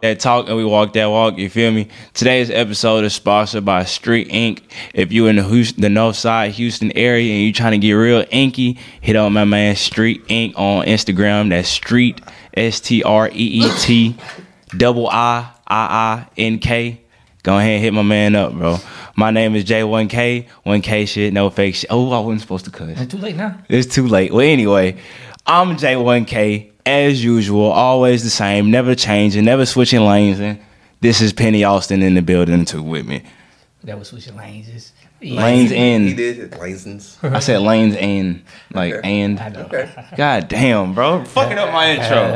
that talk and we walk that walk. You feel me? Today's episode is sponsored by Street Ink. If you in the Houston, the North Side Houston area and you trying to get real inky, hit up my man Street Ink on Instagram. That's Street S T R E E T double I I I N K. Go ahead and hit my man up, bro. My name is J1K. 1K shit, no fake shit. Oh, I wasn't supposed to cuss. Too late now. It's too late. Well, anyway, I'm J1K as usual, always the same, never changing, never switching lanes. And this is Penny Austin in the building too with me. That was switching lanes. It's, Lanes He in. did his license. I said lanes in, like and. Okay. God damn, bro, fucking up my intro.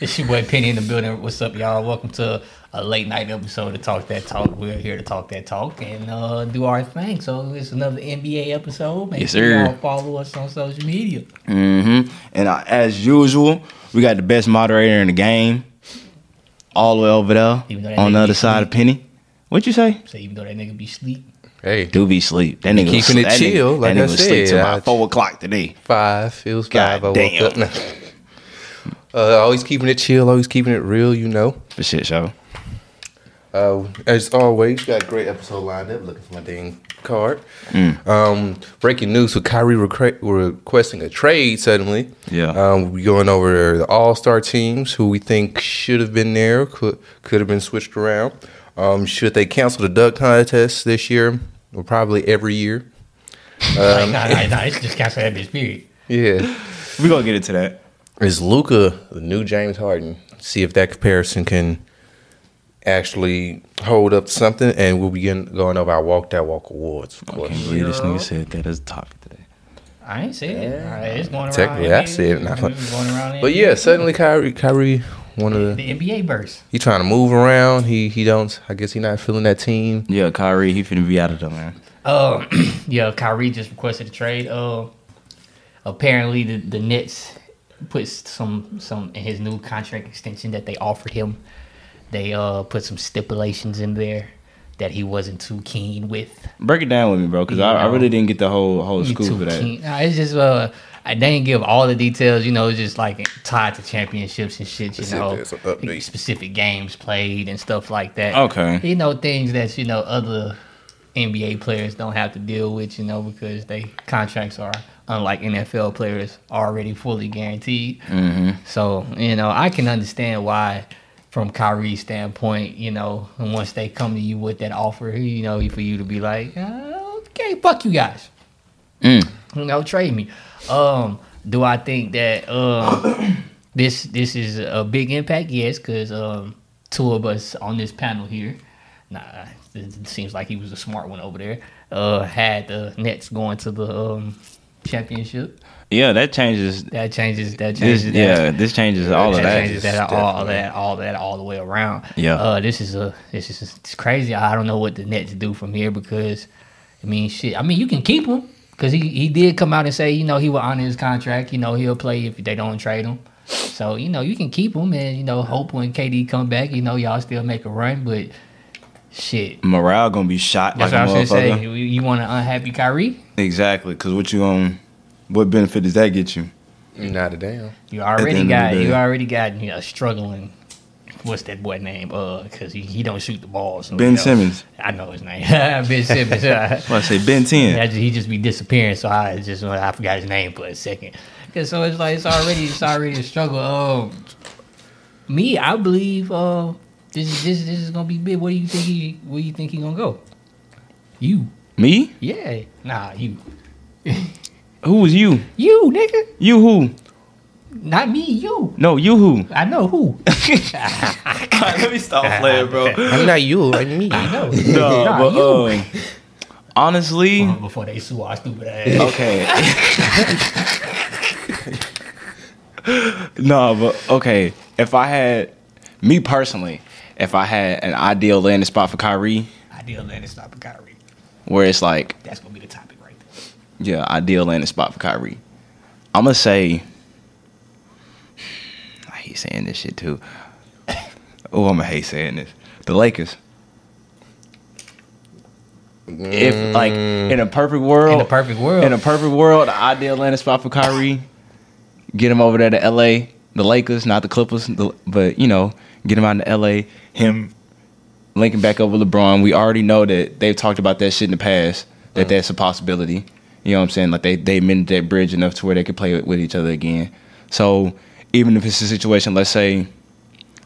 it's your boy Penny in the building. What's up, y'all? Welcome to a late night episode of Talk That Talk. We're here to talk that talk and uh, do our thing. So it's another NBA episode. Make Yes, sure sir. Y'all follow us on social media. hmm And uh, as usual, we got the best moderator in the game, all the way over Even though there that on the nigga other be side of sleep. Penny. What'd you say? So even though that nigga be sleep, Hey, Do be sleep. That nigga was- keeping it that nigga- chill, like that I nigga was sleep till said, about I- uh, four o'clock today. five feels God five. I damn. woke up. uh, always keeping it chill, always keeping it real. You know. For shit show. Uh, as always, got a great episode lined up. Looking for my dang card. Um, breaking news with Kyrie recre- requesting a trade suddenly. Yeah. Um, we're going over the All Star teams who we think should have been there, could could have been switched around. Um, should they cancel the duck contest this year? Or probably every year. like, nah, nah, nah, it's just cancel that bitch. Period. Yeah. We're gonna get into that. Is Luca the new James Harden? See if that comparison can actually hold up to something, and we'll begin going over our Walk That Walk awards, of course. Can't believe this nigga said that as a topic today. I ain't said it. All right, it's going around. Technically, I said it, not- It's going around. But yeah, suddenly Kyrie, Kyrie, one of the the NBA burst. he trying to move around. He he don't. I guess he not feeling that team. Yeah, Kyrie, he finna be out of there, man. Uh, yeah, Kyrie just requested a trade. Uh, apparently the, the Nets put some some in his new contract extension that they offered him. They uh put some stipulations in there that he wasn't too keen with. Break it down with me, bro, because I, I really didn't get the whole whole You scoop too for that. keen. Nah, it's just uh, I didn't give all the details. You know, it's just like tied to championships and shit. You Let's see if there's an know, update. specific games played and stuff like that. Okay. you know things that you know other NBA players don't have to deal with. You know, because they contracts are unlike NFL players already fully guaranteed. So you know, I can understand why. From Kyrie's standpoint, you know, and once they come to you with that offer, you know, for you to be like, "Uh, okay, fuck you guys you know, trade me. Um, do I think that um this this is a big impact? Yes, because um, two of us on this panel here, nah, it it seems like he was a smart one over there. Uh, had the Nets going to the um championship. Yeah, that changes. That changes. That This, changes. that. yeah, this changes all of That that. changes that all that all that all the way around. Yeah. Uh, this is a this is it's crazy. I don't know what the Nets do from here because I mean shit. I mean you can keep him because he he did come out and say you know he will honor his contract. You know he'll play if they don't trade him. So you know you can keep him and you know hope when KD come back you know y'all still make a run. But shit, Morale gonna be shot that's like what I a was gonna say. motherfucker. You, you want an unhappy Kyrie? Exactly, because what you um, what benefit does that get you? Not a damn. You end already of the got day. you already got you know struggling. What's that boy name? Uh, because he, he don't shoot the ball. So, you Ben know. Simmons. I know his name. ben Simmons. Uh, Well, I say Ben Ten. that- he just be disappearing, so I just I forgot his name for a second. 'Cause so it's like it's already it's already a struggle. Um, me, I believe uh, this is this, this is gonna be big. Where do you think he where you think he gonna go? You, Me? yeah, nah, you, Who was you? you, nigga, You who? not me, you. No, you who? I know who. Let me stop playing, bro. I'm not you. I'm me. I know. No, Nah, but you. Uh-huh. um, honestly, before they sue our stupid ass. Okay. no, but okay. If I had me personally, if I had an ideal landing spot for Kyrie, Ideal landing spot for Kyrie. where it's like, That's gonna be the topic right there. yeah, ideal landing spot for Kyrie, I'm gonna say. I hate saying this shit too. oh, I'm gonna hate saying this. The Lakers. If like in a perfect world, In a perfect world, In a perfect world, the ideal landing spot for Kyrie, get him over there to LA, the Lakers, not the Clippers, the, but you know, get him out to LA, him linking back up with LeBron. We already know that they've talked about that shit in the past, that that's a possibility. You know what I'm saying? Like they they mended that bridge enough to where they could play with, with each other again. So even if it's a situation, let's say,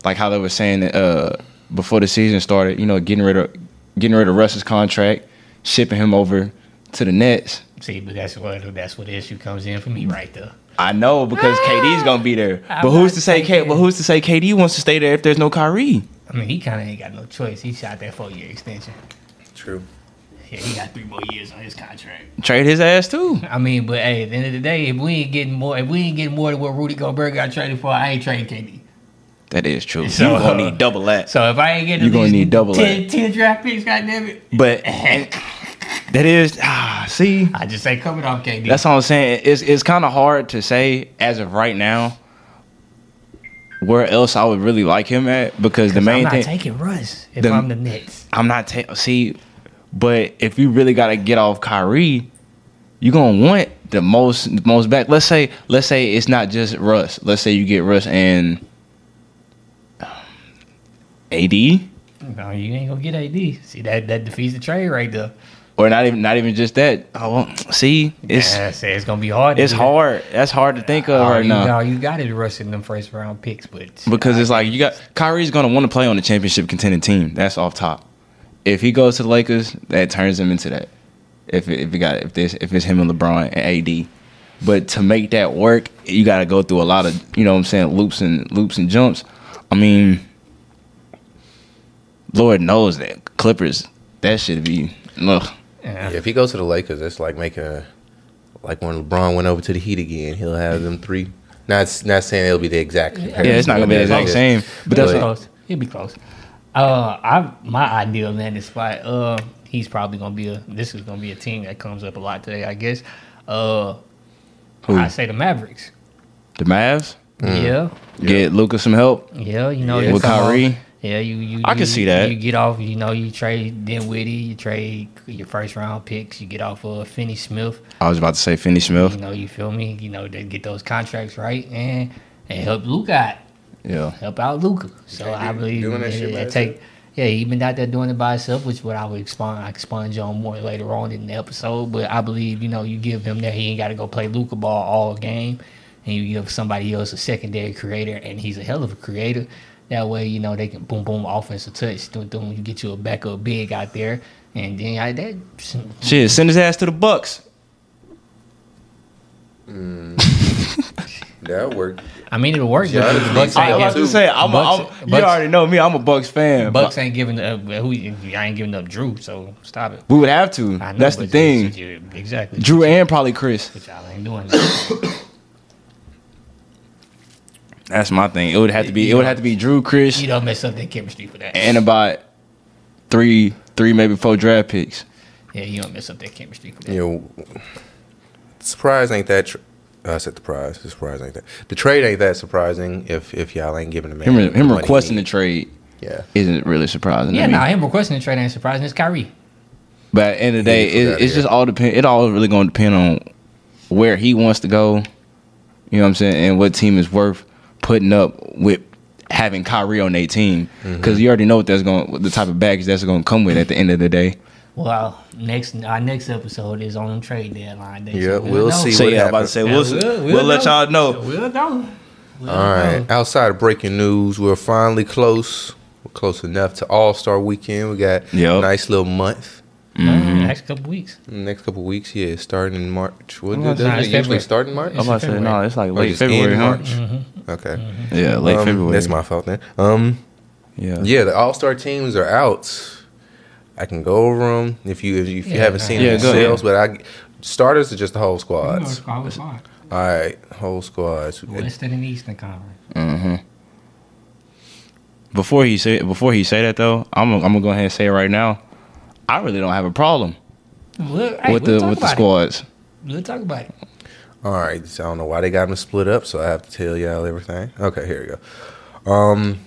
like how they were saying that uh, before the season started, you know, getting rid of getting rid of Russ's contract, shipping him over to the Nets. See, but that's where that's where the issue comes in for me right there. I know because KD's gonna be there. I'm but who's not to say? K, saying- but who's to say KD wants to stay there if there's no Kyrie? I mean, he kind of ain't got no choice. He shot that four year extension. True. Yeah, he got three more years on his contract. Trade his ass too. I mean, but hey, at the end of the day, if we ain't getting more, if we ain't getting more than what Rudy Gobert got traded for, I ain't trading KD. That is true. So- you gonna need double that. So if I ain't getting You at gonna least need double 10, 10 draft picks, goddamn it, But and that is ah see. I just ain't coming off KD. That's all I'm saying. It's it's kind of hard to say as of right now where else I would really like him at because the I'm main not thing taking Russ if the- I'm the Nets. I'm not ta- see, but if you really gotta get off Kyrie, you're gonna want the most the most back. Let's say let's say it's not just Russ. Let's say you get Russ and um, AD, No, you ain't gonna get AD. See that that defeats the trade right there. or not even not even just that. Oh, well, see, it's Yeah, I say it's gonna be hard. to it's do that. hard. That's hard to think of All right Oh, you, now. all you got is Russ in them first round picks, but Because it's like you got Kyrie's gonna want to play on a championship contending team. That's off top. If he goes to the Lakers, that turns him into that. If if you got if this if it's him and LeBron and AD, but to make that work, you got to go through a lot of you know what I'm saying loops and loops and jumps. I mean, Lord knows that Clippers that should be look. yeah. Yeah, if he goes to the Lakers, that's like making a like when LeBron went over to the Heat again. He'll have them three. Not not saying it'll be the exact. Yeah, it's not gonna be the exact same. But that's It'll be what- close. It'll be close. Uh, I my ideal landing spot. Uh, he's probably gonna be a. This is gonna be a team that comes up a lot today, I guess. Uh, who I say the Mavericks. the Mavs Yeah, get Luca some help. yeah. You know, Yeah. you With come off- Kyrie? Yeah, you, you. I can you- see that. You get off. You know, you trade Dinwiddie. You trade your first round picks. You get off of Finney Smith. I was about to say Finney You Smith. know, you feel me? You know, they get those contracts right and and help Luke out. Yeah, help out Luca. So can't I do- believe doing that it- shit by it take. Yeah, he been out there doing it by himself, which what I would expunge, I expunge on more later on in the episode. But I believe you know you give him that he ain't got to go play Luca ball all game, and you give somebody else a secondary creator, and he's a hell of a creator. That way, you know they can boom boom offensive touch. Doom, doom, you get you a backup big out there, and then I, that shit. Send his ass to the Bucks. That worked. I mean it'll work. Yeah, but it's the Bucks I was about ain't, too. to say, I'm, Bucks- a, I'm you Bucks- already know me. I'm a Bucks fan. Bucks Bucks. ain't giving up. Who I ain't giving up Drew, so stop it. We would have to. I know, That's the but thing. it's- it's- Exactly. Drew and probably Chris. But y'all ain't doing that. That's my thing. It would have to be. It would have to be Drew, Chris, you don't mess up their chemistry for that. and about three, three maybe four draft picks. yeah, you don't mess up their chemistry for that. You know, surprise ain't that. Tr- uh, I said the prize. The surprise ain't that. The trade ain't that surprising if if y'all ain't giving him Him, him requesting the trade Yeah. isn't really surprising. Yeah, to me. nah, him requesting the trade ain't surprising. It's Kyrie. But at the end of the day, Yeah, it, forgot it's here. just all depend. It all really going to depend on where he wants to go. You know what I'm saying, and what team is worth putting up with having Kyrie on their team Mm-hmm. because you already know what that's going, what the type of baggage that's going to come with at the end of the day. Well, next our next episode is on trade deadline day. so Yeah, we'll we'll know. see So what yeah, I'm about to happens. say Yeah, we'll, we'll, let y'all know. We'll know. We'll Oh. All right. know. Outside of breaking news, we're finally close. We're close enough to All Star Weekend. We got Yep. a nice little month. Mm-hmm. Uh, Next couple weeks. Next couple weeks, yeah, starting in March. What Nah, does it it's usually February. Mm-hmm. start in March? I'm about to say, no, February. it's like Or just in March. Mm-hmm. Okay. Yeah, late Um, February. That's my fault then. Um, yeah. yeah, the All Star teams are out. I can go over them if you if you, if you Yeah, haven't nah. seen Yeah, it go yourselves. But I starters are just the whole You know, squads. it's probably fine. All right, whole squads. Western and Eastern Conference. Mm-hmm. Before he say before he say that though, I'm gonna- I'm gonna go ahead and say it right now. I really don't have a problem We'll, hey, with we'll the talk with the about it. squads. We'll talk about it. All right, so I don't know why they got them split up, so I have to tell y'all everything. Okay, here we go. Um,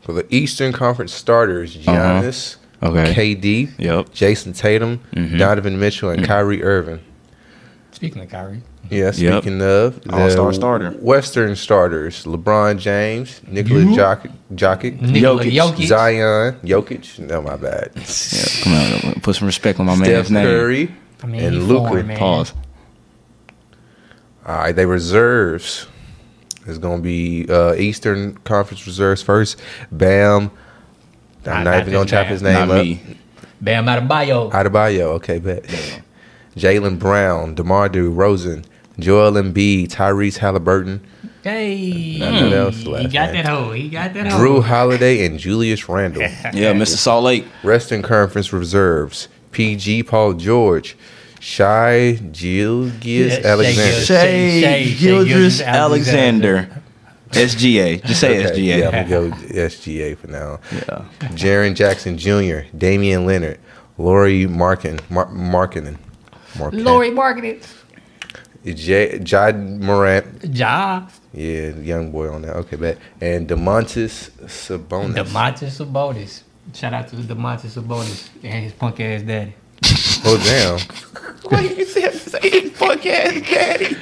for the Eastern Conference starters, Giannis, Uh-huh. Okay. Mm-hmm. KD, Yep. Mm. Jason Tatum, Donovan Mitchell, and Kyrie Irving. Speaking of Kyrie, Yeah, Yep. speaking of the All-star starter. Western starters: LeBron James, Nikola Jokic, Jokic, Nikola Jokic. Zion, Jokic. No, my bad. Yeah, come on, put some respect on my Steph man's name. Curry I mean, he and foreign, Luka. man. Pause. All right, they reserves. It's gonna be uh, Eastern Conference reserves first. Bam. Not- I'm not, not even gonna this chop Bam. his Not name up. me. Bam Adebayo, Adebayo, okay, bet. Jalen Brown, DeMar DeRozan, Joel Embiid, Tyrese Halliburton, hey, Nothing else Hmm. he left, got man. that hoe. He got that hoe. Drew Holiday, and Julius Randle. Yeah, Mr. Salt Lake. Western Conference reserves: PG, Paul George, Shai Gilgis Yeah, Shai Alexander. Gilgeous- Shay- Shay- Shay Gilgeous Gildress Alexander. SGA. Just say Okay, SGA. Yeah, I'm gonna go SGA for now. Yeah. Jaron Jackson Jr., Damian Leonard, Laurie Markin, Mar- Markkinen, Markkinen, Lori marketing. J- Jod Morant, Ja, yeah, young boy on that. Okay, bet. And Demontis Sabonis. Demontis Sabonis. Shout out to Demontis Sabonis and his punk ass daddy. oh damn! Why you say his punk ass daddy?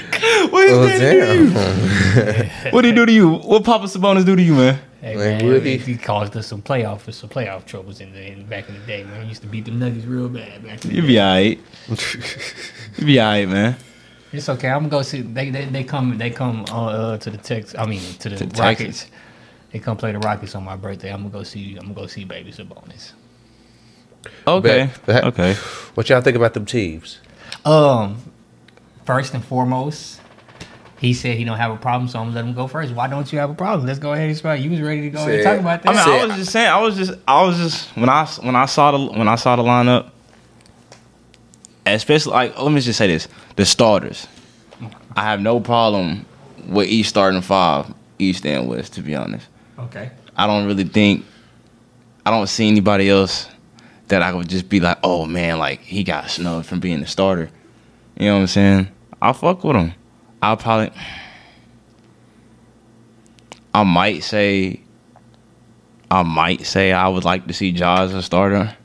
What is Oh that to you? damn! What he do to you? What Papa Sabonis do to you, man? Hey, Man, man, would he, he? he caused us some playoff for some playoff troubles in the in, back in the day, man. He used to beat the Nuggets real bad back in the You day. be alright. You be alright, man. It's okay. I'm gonna go see. They they, they come they come uh, uh, to the Tex. I mean to the To Texas. Rockets. They come play the Rockets on my birthday. I'm gonna go see. I'm gonna go see Baby Sabonis. Okay. Bet that- Okay. What y'all think about them teams? Um, first and foremost, he said he don't have a problem, so I'm gonna let him go first. Why don't you have a problem? Let's go ahead and start. You was ready to go ahead and Said- talk about I mean, that. I was just saying. I was just. I was just when I when I saw the when I saw the lineup, especially like let me just say this: the starters. I have no problem with each starting five, East and West. To be honest, okay. I don't really think. I don't see anybody else that I would just be like, oh man, like he got snubbed from being the starter. You know what I'm saying? I'll fuck with him. I'll probably. I might say. I might say I would like to see Ja as a starter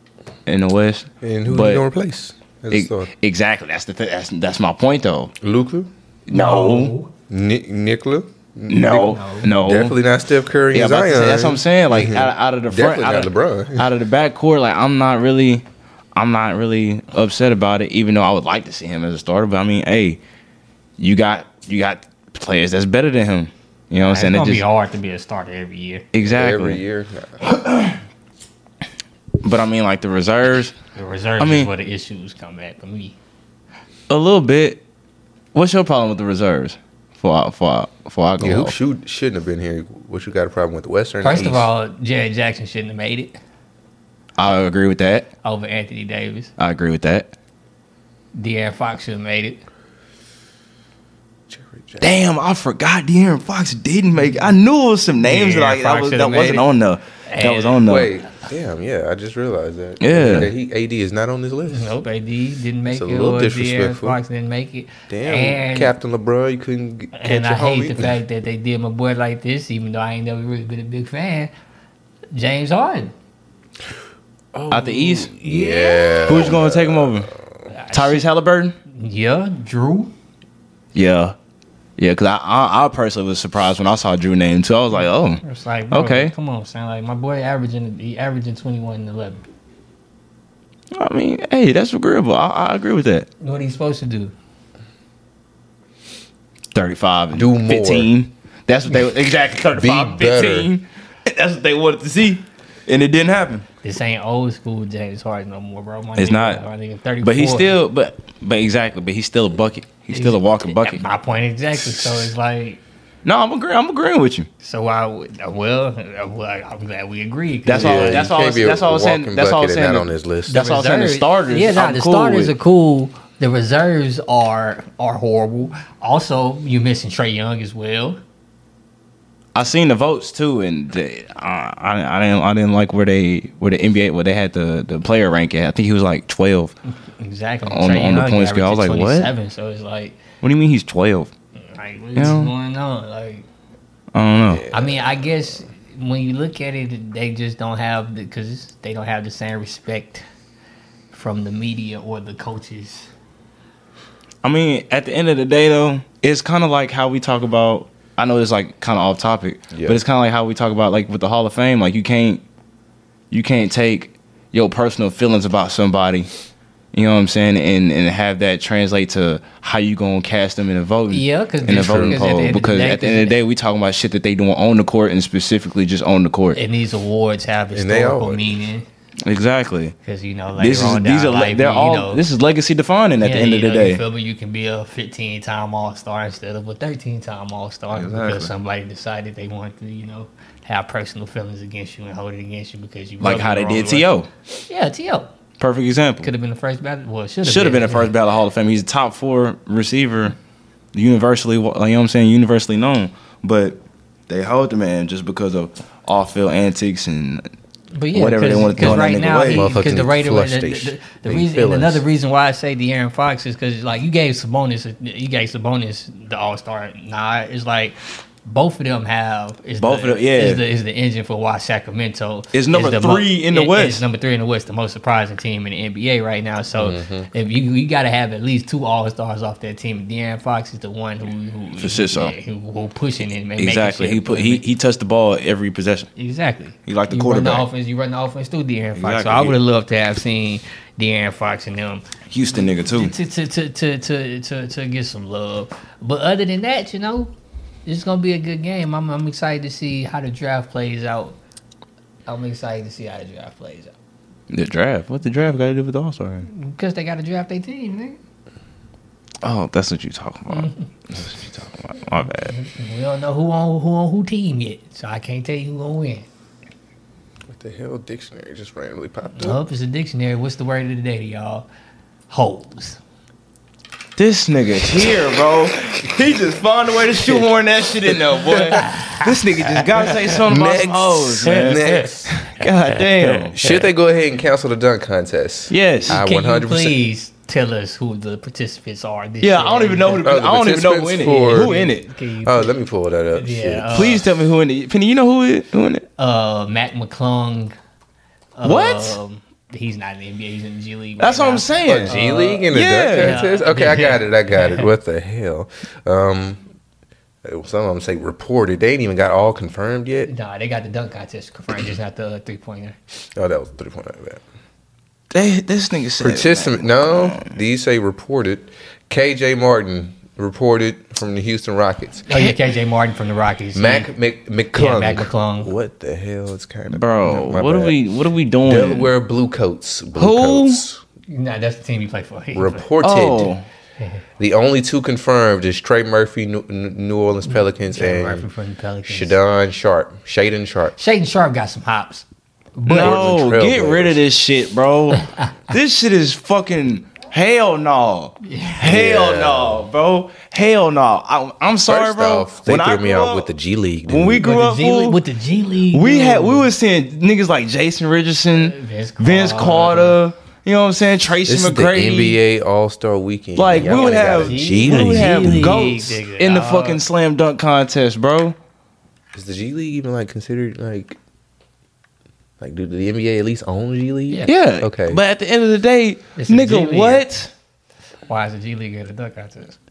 in the West. And who But- you gonna replace? As a E- starter? exactly. That's the th- that's that's my point though. Luka, No, Ni- Nikola. no, no. Definitely not Steph Curry Oh. Yeah, and about to Zion. Mm-hmm. say, that's what I'm saying. Like out, out of the front, Definitely out not of, LeBron. out of the back court, like I'm not really, I'm not really upset about it. Even though I would like to see him as a starter, but I mean, hey, you got you got players that's better than him. You know what I'm It's saying? gonna It be just, hard to be a starter every year. exactly. Every year, But I mean, like the reserves, The reserves I mean- is where the issues come at for me. a little bit. What's your problem with the reserves? For for for I go, yeah, who off? shoot shouldn't have been here? What you got a problem with the Western? First of East? all, Jared Jackson shouldn't have made it I agree with that. over Anthony Davis. I agree with that. De'Aaron Fox should have made it. Jerry Jackson. Damn, I forgot De'Aaron Fox didn't make. I knew it was some names that, I, that, De'Aaron Fox was, that should've made wasn't it. on the. That was on the. Wait, damn, yeah, I just realized that. Yeah. that he AD is not on this list. Nope, AD didn't make It's a it. little Or De'Aaron disrespectful. Fox didn't make it. Damn, and, Captain LeBron, you couldn't g- catch and your I hate homie. the fact that they did my boy like this, even though I ain't never really been a big fan. James Harden. Out the East? yeah, Who's going to take him over? Tyrese Halliburton? Yeah, Drew. Yeah. Yeah, because I, I I personally was surprised when I saw Drew name too. I was like, oh, It's like, bro, Okay. come on, son. Like my boy averaging, he averaging twenty one and eleven. I mean, hey, that's agreeable. I, I agree with that. What he supposed to do? 35 and Do more. 15. That's what they exactly 35 Be better. 15. That's what they wanted to see. And it didn't happen. This ain't old school James Harden no more, bro. My It's nigga- not. My nigga 34. But he's still but but exactly, but he's still a bucket. He's still a walking bucket. My point exactly. So it's like, No, I'm agreeing I'm agreeing with you. so I would- uh, well, uh, well, I'm glad we agreed. 'cause That's the all Yeah, that's you all I can't was be a that's all I was saying. walking That's all I was bucket and saying. not on this list. That's all I was saying. The reserves- starters. yeah, nah, I'm the cool starters with. are cool. The reserves are are horrible. Also, you missing Trey Young as well. I seen the votes too, and the, I, I I didn't I didn't like where they where the NBA where they had the, the player rank at. I think he was like twelve. Exactly. On- on the point scale, I was averaged like, what? 27, So it's like, What do you mean he's twelve? like what's Yeah. going on? Like, I don't know. I mean, I guess when you look at it, they just don't have because they don't have the same respect from the media or the coaches I mean, at the end of the day, though, it's kind of like how we talk about. I know it's like kind of off topic, Yeah. but it's kind of like how we talk about like with the Hall of Fame. Like you can't, you can't take your personal feelings about somebody. You know what I'm saying, and and have that translate to how you gonna cast them in a voting, Yeah, 'cause- in a True. voting 'cause at the poll. end of the Because day- at the end of the day, we talking about shit that they doing on the court and specifically just on the court. And these awards have And they historical are. meaning Exactly. because you know later This is on these down are like life, they're you all know, this is legacy defining at yeah, the end you of the know, day. You feel me? You can be a 15 time All Star instead of a 13 time All Star Exactly. because somebody decided they wanted to, you know, have personal feelings against you and hold it against you because you like rubbed how it they the wrong did T.O. way. Yeah, T.O. Perfect could example. have been the first ballot. Well, should have Should have been a first ballot Hall of Fame. He's a top four receiver, universally. You know what I'm saying? Universally known, but they hold the man just because of off-field antics and but yeah, whatever they cause, wanted to throw cause in that right nigga now, way. because the Motherfucking Raider, flush the, the, station. the They reason, and feelings. another reason why I say De'Aaron Fox is because like you gave Sabonis, you gave Sabonis the All Star nod. It's like both of them have is Both the, of them, yeah. is the, is the engine for why Sacramento It's number the mo- three in the it- it's West. number three in the West, the most surprising team in the NBA right now. So if you you got to have at least two All Stars off that team, De'Aaron Fox is the one who who, For sure, so. yeah, who, who pushing it and making exactly. shit. He put he he touched the ball every possession. Exactly. He like the you Run quarterback. the offense, you run the offense through De'Aaron Fox. So Exactly. I would have loved to have seen De'Aaron Fox and them Houston nigga too. to to to to to to, to get some love. But other than that, you know, it's gonna be a good game. I'm I'm excited to see how the draft plays out. I'm excited to see how the draft plays out The draft. What the draft got to do with the All Star? because they got to draft their team. Nigga. Oh, that's what you talking about. That's what you talking about. My bad. We don't know who on who on who team yet, so I can't tell you who gonna win. What the hell? Dictionary just randomly popped I hope it's a dictionary. What's the word of the day to y'all? Holes. This nigga here, bro. He just found a way to shoehorn that shit in there, boy. This nigga just gotta say something about some hoes, man. Next. God damn. Should they go ahead and cancel the dunk contest? Yes. I Can you 100%. please tell us who the participants are? This yeah, year? I don't even know who. The, Oh, the I don't even know who in it. participants for- who in it? Can you Oh, let me pull that up. Yeah, Shit. uh, Please tell me who in it. Penny, you know who it? Who in it? uh, Matt McClung. What? Um, he's not in the NBA. He's in the G League. That's what right now. I'm What, saying. G League and the yeah. dunk contest? Okay, I got it. I got it. What the hell? Um, some of them say reported. They ain't even got all confirmed yet. Nah, they got the dunk contest confirmed, just not the three pointer. Oh, that was three point nine. They, this nigga said. Participant? No, these say reported. KJ Martin reported from the Houston Rockets. Oh yeah, KJ Martin from the Rockies. Mac Mc, McClung. Hmm. Yeah, Mac McClung. What the hell? It's kind of bro. my what are bad. we? What are we doing? Delaware Bluecoats. Blue Who? Coats Nah, that's the team he played for. He reported. Oh, The only two confirmed is Trey Murphy, New, New Mm-hmm. Orleans Pelicans, played for- and from the Pelicans. Shadon Sharp, Shaden Sharp. Shaden Sharp got some hops. But no! Portland Get Trail rid of this shit, bro. this shit is fucking hell no, hell Yeah. no, bro, hell no. I, I'm sorry, First bro. off, they I threw grew me out up- with the G League. when dude. we with grew the, up, G League, fool, with the G League, We had we dude. was seeing niggas like Jason Richardson, Vince Vince Carter. you know what I'm saying? Tracy this is the McGrady. NBA All Star Weekend. Like Y'all we would ain't got have a G we would League. have G League, goats nigga, in the dog. fucking slam dunk contest, bro. Is the G League even like considered like like do the NBA at least own G League? Yeah. Yeah. Okay. But at the end of the day, It's a G nigga, League. what? Why is the G League at the dunk contest?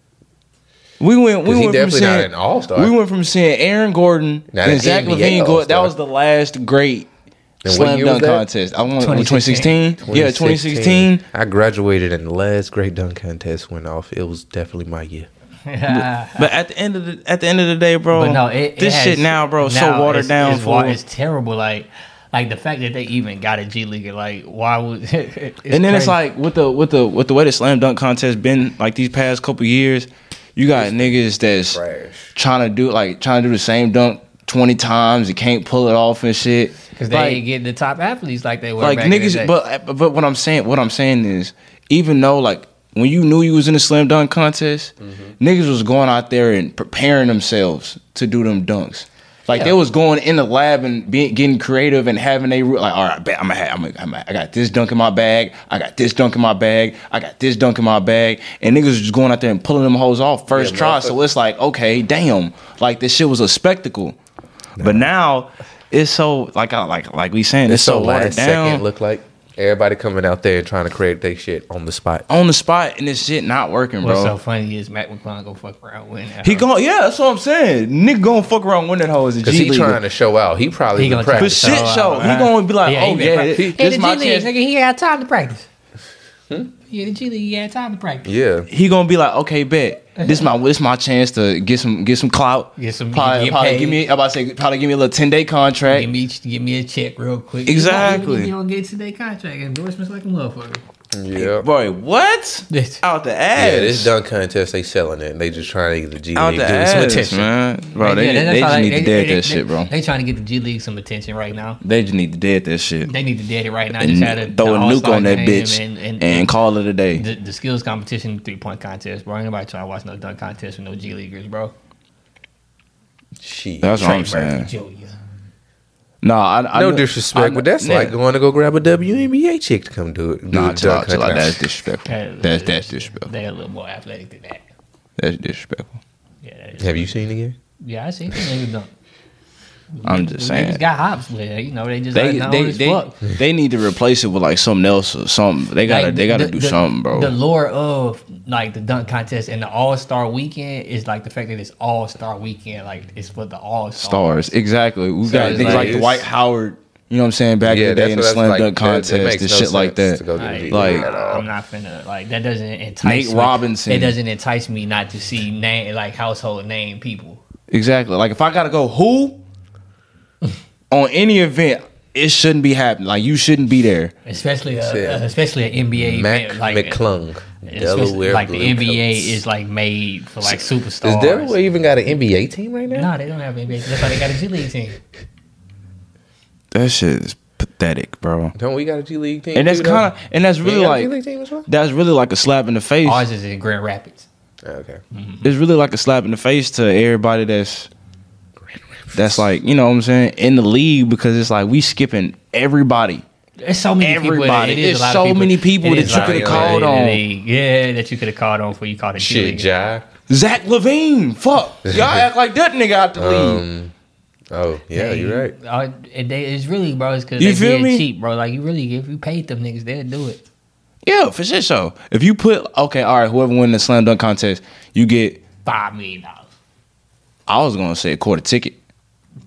We went. We Because went he from definitely not seeing. an All Star. We went from seeing Aaron Gordon Not and an Zach NBA Levine go. That All-Star. was the last great And what slam year was dunk that? contest. I want 2016. 2016. Yeah, 2016. I graduated and the last great dunk contest went off. It was definitely my year. But at the end of the at the end of the day, bro, But no, it, it this has- shit now, bro, so now watered it's, down. It's, for wa- it's terrible. Like, like the fact that they even got a G League. Like, why would? it's and then it's crazy. like with the with the with the way the slam dunk contest been like these past couple years, you got niggas that's Trash. trying to do like trying to do the same dunk twenty times and can't pull it off and shit. because they like, ain't get the top athletes like they were. like back in the niggas, day. but but what I'm saying what I'm saying is even though like when you knew you was in the slam dunk contest, niggas was going out there and preparing themselves to do them dunks. Like Yeah. they was going in the lab and being, getting creative and having a re- like, all right, bet I'm gonna, have, I'm gonna, I'm gonna, I got this dunk in my bag, I got this dunk in my bag, I got this dunk in my bag, and niggas was just going out there and pulling them hoes off first Yeah, try. motherfucker. So it's like, okay, damn, like this shit was a spectacle, but now it's so like I like like we saying it's, so watered last down. second look like Everybody coming out there and trying to create their shit on the spot. on the spot and this shit not working, What's bro. so funny is Matt McClung go fuck around with that. He gon' yeah, that's what I'm saying. Nigga gonna fuck around when that hoe is a G Because he leaguer. trying to show out. He probably He been gonna try For practicing. to- shit Oh, show, he alright. gonna be like, Yeah, he oh been yeah, practicing. this He in the my G League, chance. Hmm? nigga. He had time to practice. He in the G League. He had time to practice. Yeah. He gonna be like, okay, bet this my this my chance to get some get some clout. Get some- probably, get probably paid. give me. I'm about to say probably give me a little ten day Give contract. me, give me a check real quick. Exactly. You don't get to that contract endorsements like a motherfucker. Yeah. Boy, what? This- Out the ass. Yeah, this dunk contest, they selling it. They just trying to get the G Out League the dudes some ass, attention. man. Bro, they, Yeah, that's they all just need to dead they- that shit, bro. They, they trying to get the G League some attention right now. They just need to dead that shit. They need to dead it right now. And Just had a, throw a the nuke All-Star on that game bitch and, and, call it a day. the, the skills competition three point contest, bro. Ain't nobody trying to watch no dunk contest with no G Leaguers, bro. Shit. That's what I'm Trey Murphy saying. Jr. No, I, I no know- disrespect, I- but that's yeah. like going to go grab a WNBA chick to come do it. do Nah, the chill dunk out, chill out. That's contest. disrespectful. Hey, That's that's disrespectful. They're a little more athletic than that. That's disrespectful. Yeah, that is- Have you seen it again? yeah, I see. Them niggas dunk. I'm just saying. Niggas got hops, but you know they just They unknown they as they, fuck. they need to replace it with like something else or something. They gotta Like, they gotta the- do the- something, bro. The lore of like the dunk contest and the All Star Weekend is like the fact that it's All Star Weekend, like it's for the All Stars, exactly. We got it's niggas like like the it's- White Howard. You know what I'm saying? Back in the day in the what I was slam like, dunk that- that contest and makes shit no like sense that. to go to the Like, uh, G Like- League at all. I'm not finna like that doesn't entice Nate me. Robinson. It doesn't entice me not to see name like household name people. Exactly. Like if I gotta go who on any event, it shouldn't be happening. Like you shouldn't be there. Especially a, Yeah. especially an NBA Mac event, like McClung, especially- Delaware like the Bluecoats. NBA is like made for like superstars. Does Delaware even got an NBA team right now? No, they don't have NBA. That's why they got a G League team. That shit is pathetic, bro. Don't we got a G League team? And that's too, though? uh, kind of and that's We really got a G League like team as well. that's really like a slap in the face. Ours is in Grand Rapids. Okay. it's really like a slap in the face to everybody that's that's like you know what I'm saying in the league because it's like we skipping everybody. There's so many Everybody. people. It is It's a lot so of people. many people It that is you a lot of coulda people called in the on. league. Yeah, that you could have called on before you called it G Shit, League. Jai. Zach Levine, fuck y'all act like that nigga out the league. Um. Oh yeah, you're right. Uh, and they, it's really, bro, it's because You they feel feel me? cheap, bro. Like, you really, if you paid them niggas, they'd do it. Yeah, for sure. So if you put okay, all right, whoever win the slam dunk contest, you get. Five million dollars. I was gonna say a quarter ticket.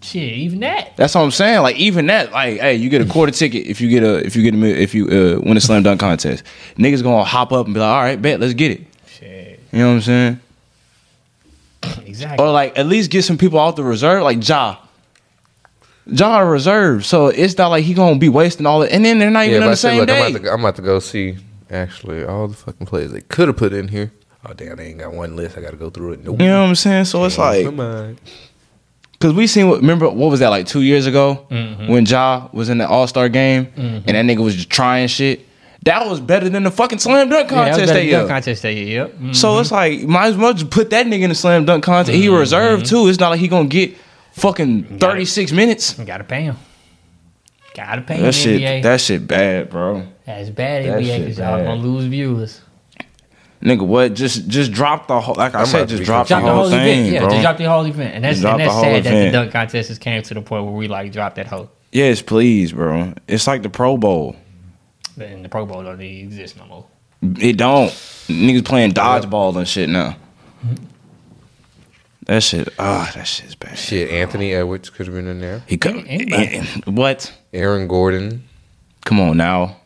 Shit, even that. That's what I'm saying. Like even that, like hey, you get a quarter ticket if you get a if you get a mi- if you uh, win a slam dunk contest. Niggas gonna hop up and be like, all right, bet, let's get it. Shit, You know what I'm saying? exactly. or like at least get some people off the reserve, like Ja. Ja on reserve, so it's not like he gonna be wasting all it. And then they're not even on I the said, same look, day. I'm about, to, I'm about to go see actually all the fucking players they could have put in here. Oh damn, they ain't got one list. I got to go through it. Nope. you know what I'm saying? So it's like Come on. because we seen what remember what was that like two years ago Mm-hmm. when Ja was in the All Star game and that nigga was just trying shit. That was better than the fucking slam dunk Yeah, that was contest that better than year. Contest that year, yep. mm-hmm. Mm. So it's like might as well just put that nigga in the slam dunk contest. He reserved too. It's not like he gonna get fucking 36 minutes. Gotta pay him. Gotta pay him, That shit, NBA. that shit bad, bro. That's bad, that NBA, shit because y'all bad. gonna lose viewers. Nigga, what? Just just drop the whole. Like I I'm said, about to just be drop the Drop the whole event. thing, Yeah, bro. just drop the whole event. And that's, Drop and the that's whole sad that the event. dunk contest has came to the point where we, like, dropped that hoe. Yes, please, bro. It's like the Pro Bowl. And the Pro Bowl don't even exist no more. It don't. Niggas playing dodgeball and shit now. That shit. Ah, that shit's bad. Shit, Anthony Edwards could have been in there. He come. Anybody. What? Aaron Gordon. Come on now.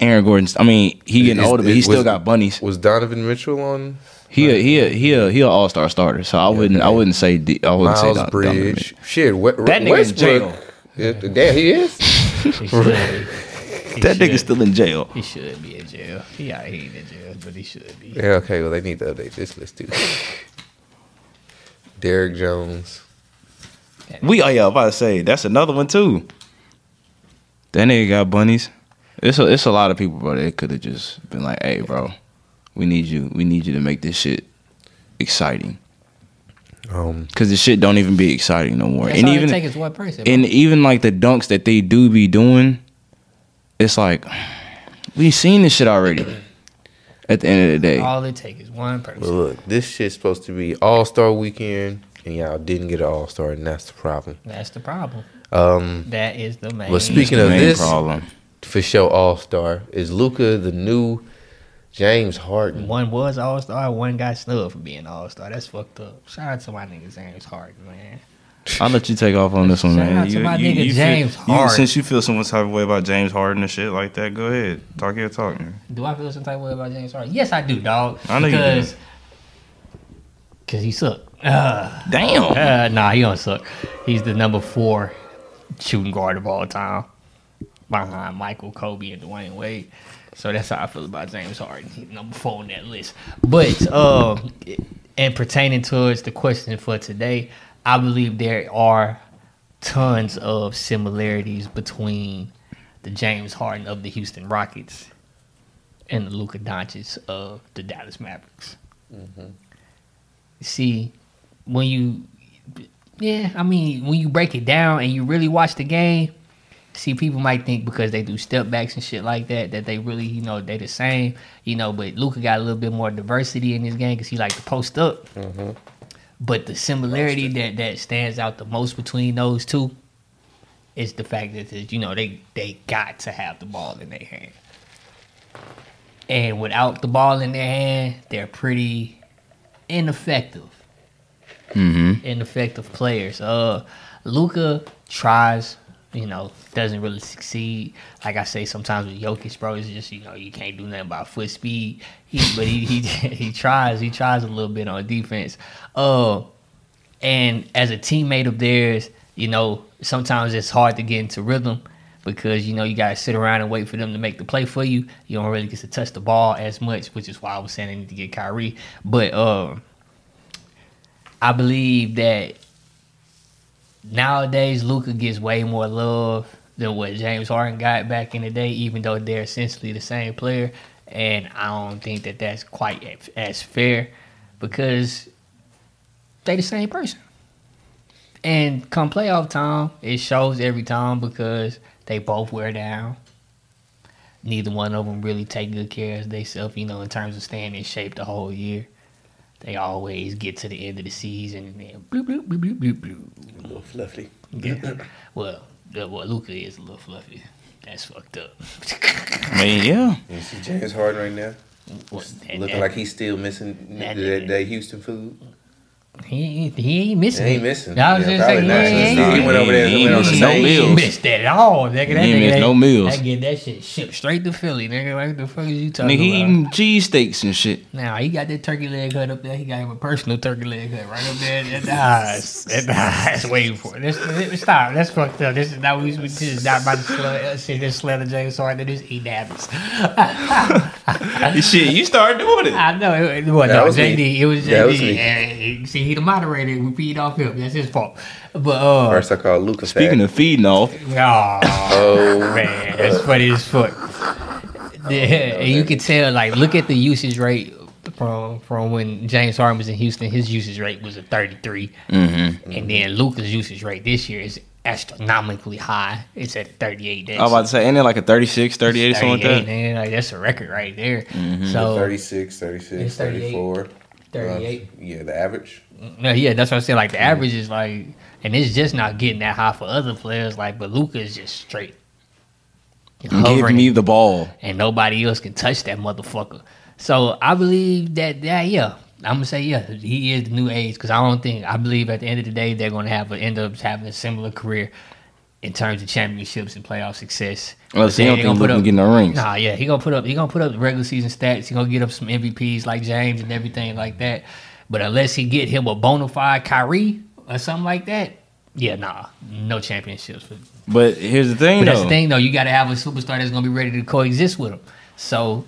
Aaron Gordon's. I mean, he getting Is- older, but he is- still was- got bunnies. Was Donovan Mitchell on He a, he a, he a, he a all star starter. So I wouldn't I wouldn't say D, I wouldn't say Miles Don- Donovan Mitchell. Bridge? Shit, what, That nigga in Westbrook. jail. Yeah, damn, he is. He should. He That should. nigga's still in jail. He should be in jail. He out here in jail, but he should be. Yeah, okay. Well, they need to update this list too. Derrick Jones. We oh yeah, I was about to say that's another one too. That nigga got bunnies. It's a it's a lot of people, bro. They could have just been like, "Hey, bro, we need you. We need you to make this shit exciting." Um, Cause the shit don't even be exciting no more. That's and all even it takes is one person. and even like the dunks that they do be doing, it's like we seen this shit already. At the end of the day, all it takes is one but person. look, this shit's supposed to be All Star Weekend, and y'all didn't get an All Star, and that's the problem. That's the problem. Um, That is the main. Well, speaking That's the of main this, problem. for sure All Star. Is Luca the new James Harden? One was All Star, one got snubbed for being All Star. That's fucked up. Shout out to my nigga James Harden, man. I'll let you take off on this one, Shout man. out to You- my you- nigga you feel- James You- Harden. since you feel some type of way about James Harden and shit like that, go ahead. Talk your talk, man. Do I feel some type of way about James Harden? Yes, I do, dog. I know you do. because, Because he suck. Uh, Damn. uh, nah, he don't suck. He's the number four shooting guard of all time behind Michael, Kobe, and Dwayne Wade. So that's how I feel about James Harden. He's number four on that list. But um, and pertaining towards the question for today, I believe there are tons of similarities between the James Harden of the Houston Rockets and the Luka Doncic of the Dallas Mavericks. See, when you, yeah, I mean, when you break it down and you really watch the game, see, people might think because they do step backs and shit like that that they really, you know, they the same, you know. But Luka got a little bit more diversity in his game because he like to post up. But the similarity that that stands out the most between those two is the fact that you know they they got to have the ball in their hand. And without the ball in their hand, they're pretty ineffective. Ineffective players. Uh, Luca tries, you know, doesn't really succeed. Like I say, sometimes with Jokic, bro, it's just you know you can't do nothing about foot speed. He, but he, he he tries, he tries a little bit on defense. Uh, and as a teammate of theirs, you know, sometimes it's hard to get into rhythm because you know you gotta sit around and wait for them to make the play for you. You don't really get to touch the ball as much, which is why I was saying they need to get Kyrie. But um I believe that nowadays Luca gets way more love than what James Harden got back in the day, even though they're essentially the same player. And I don't think that that's quite a- as fair because they the same person. And come playoff time, it shows every time because they both wear down. Neither one of them really take good care of themselves, you know, in terms of staying in shape the whole year. They always get to the end of the season and then bloop, bloop, bloop, bloop, bloop, bloop. little fluffy. Yeah. well, the, well, Luca is a little fluffy. That's fucked up. I mean, yeah. You see James Harden right now, Well, that- looking that- like he's still missing That that, nigga. that, that Houston food. he, ain't- he ain't missing. He ain't it. missing. I was Yeah, just saying, probably not. he ain't- He went over there and He went on the ain't no same meal. He missed that at all, nigga. That He nigga, missed that- no meals. I get that shit shipped straight to Philly, nigga. Like the fuck is you talking Nigga, he about? eating cheesesteaks and shit. Now he got that turkey leg hut up there. He got him a personal turkey leg hut right up there at the eyes. At the eyes, waiting for it. This, this, stop. That's fucked up. This is not what we. This is not about to slur. Shit, this slander James Harden. This eating habits. shit, you start doing it. I know it, it was That no, was JD. me. It was JD. That was me. And, see, he the moderator. We feed off him. That's his fault. But uh, First, I call Luca. Speaking of feeding off, aw. oh, Man, that's funny as fuck. Yeah, and you can tell, like, look at the usage rate from from when James Harden was in Houston. His usage rate was a 33, Mm-hmm. and then Luca's usage rate this year is astronomically high. It's at 38. That's I was about to say, ain't it like a 36, 38, or something like that? Mm-hmm. man. Like, that's a record right there. Oh, So 36, 36, It's 38. 34. 38. Um, yeah, the average. No, yeah, that's what I'm saying. Like the average is like, and it's just not getting that high for other players. Like, but Luca is just straight. Give hovering me the ball. and nobody else can touch that motherfucker. So I believe that that yeah, I'm gonna say yeah, he is the new age because I don't think I believe at the end of the day they're gonna have end up having a similar career in terms of championships and playoff success. Unless he They- don't they think gonna put Luka up- getting the rings. Nah, yeah, he gonna put up he gonna put up regular season stats. He gonna get up some MVPs like James and everything like that. But unless he get him a bona fide Kyrie or something like that, yeah, nah, no championships for But here's the thing, but that's though. the thing, though. You got to have a superstar that's going to be ready to coexist with him. So,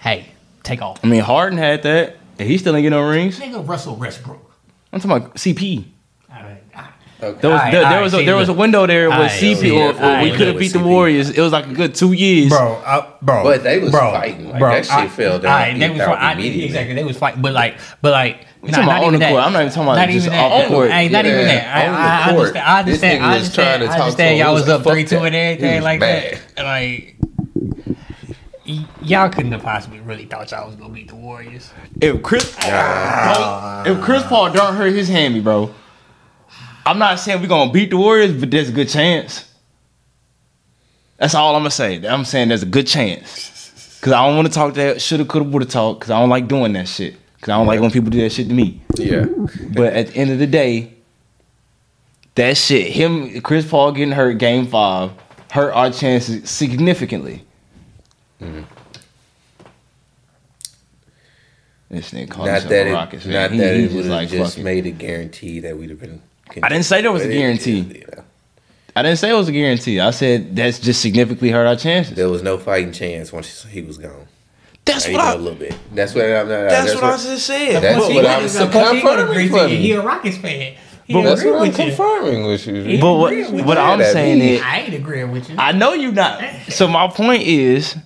hey, take off. I mean, Harden had that. and He still ain't getting no rings. Nigga, Russell Westbrook. I'm talking about CP. All right, all right. Okay. There was, Aight, there, there aight, was a, see, there was a look. window there with Aight, CP. see, or, or aight, we could look have at beat the CP. Warriors. It was like a good two years. Bro, I, bro, But they was bro, fighting, like, bro, that shit I- fell down alright, they was without fighting. immediately. Exactly, they was fighting, but like, but like, We talking about on even the court. that. I'm not even talking about not just even off that. the court. Hey, not even Yeah, that. I, on the I, I court. understand. I This understand. nigga I was understand. trying to I talk to understand. him. Y'all He was was up like, three "Fuck two that." and He everything was like that. mad. Like, y- y'all couldn't have possibly really thought y'all was gonna beat the Warriors. If Chris, bro, if Chris Paul don't hurt his hammy, bro, I'm not saying we're gonna beat the Warriors, but there's a good chance. That's all I'm gonna say. I'm saying there's a good chance because I don't want to talk that shoulda, coulda, woulda talk because I don't like doing that shit because I don't like when people do that shit to me. Yeah. But at the end of the day, that shit, him, Chris Paul getting hurt game five, hurt our chances significantly. Mm-hmm. This nigga called Not himself that a it, Rockets fan. not He- that he it would have like, just fuck it. made a guarantee that we'd have been. I didn't say there was a But it- guarantee. you know, I didn't say it was a guarantee. I said that's just significantly hurt our chances. there was no fighting chance once he was gone. That's Even what I. a little bit. That's what I'm. That's, That's what I what- just said. That's But- what I was confirming for He me. a Rockets fan. He But That's agree what I'm with you. confirming with you. Yeah. But what, Agreeing with what you. I'm That saying means- is, I ain't agreeing with you. I know you not. So my point is,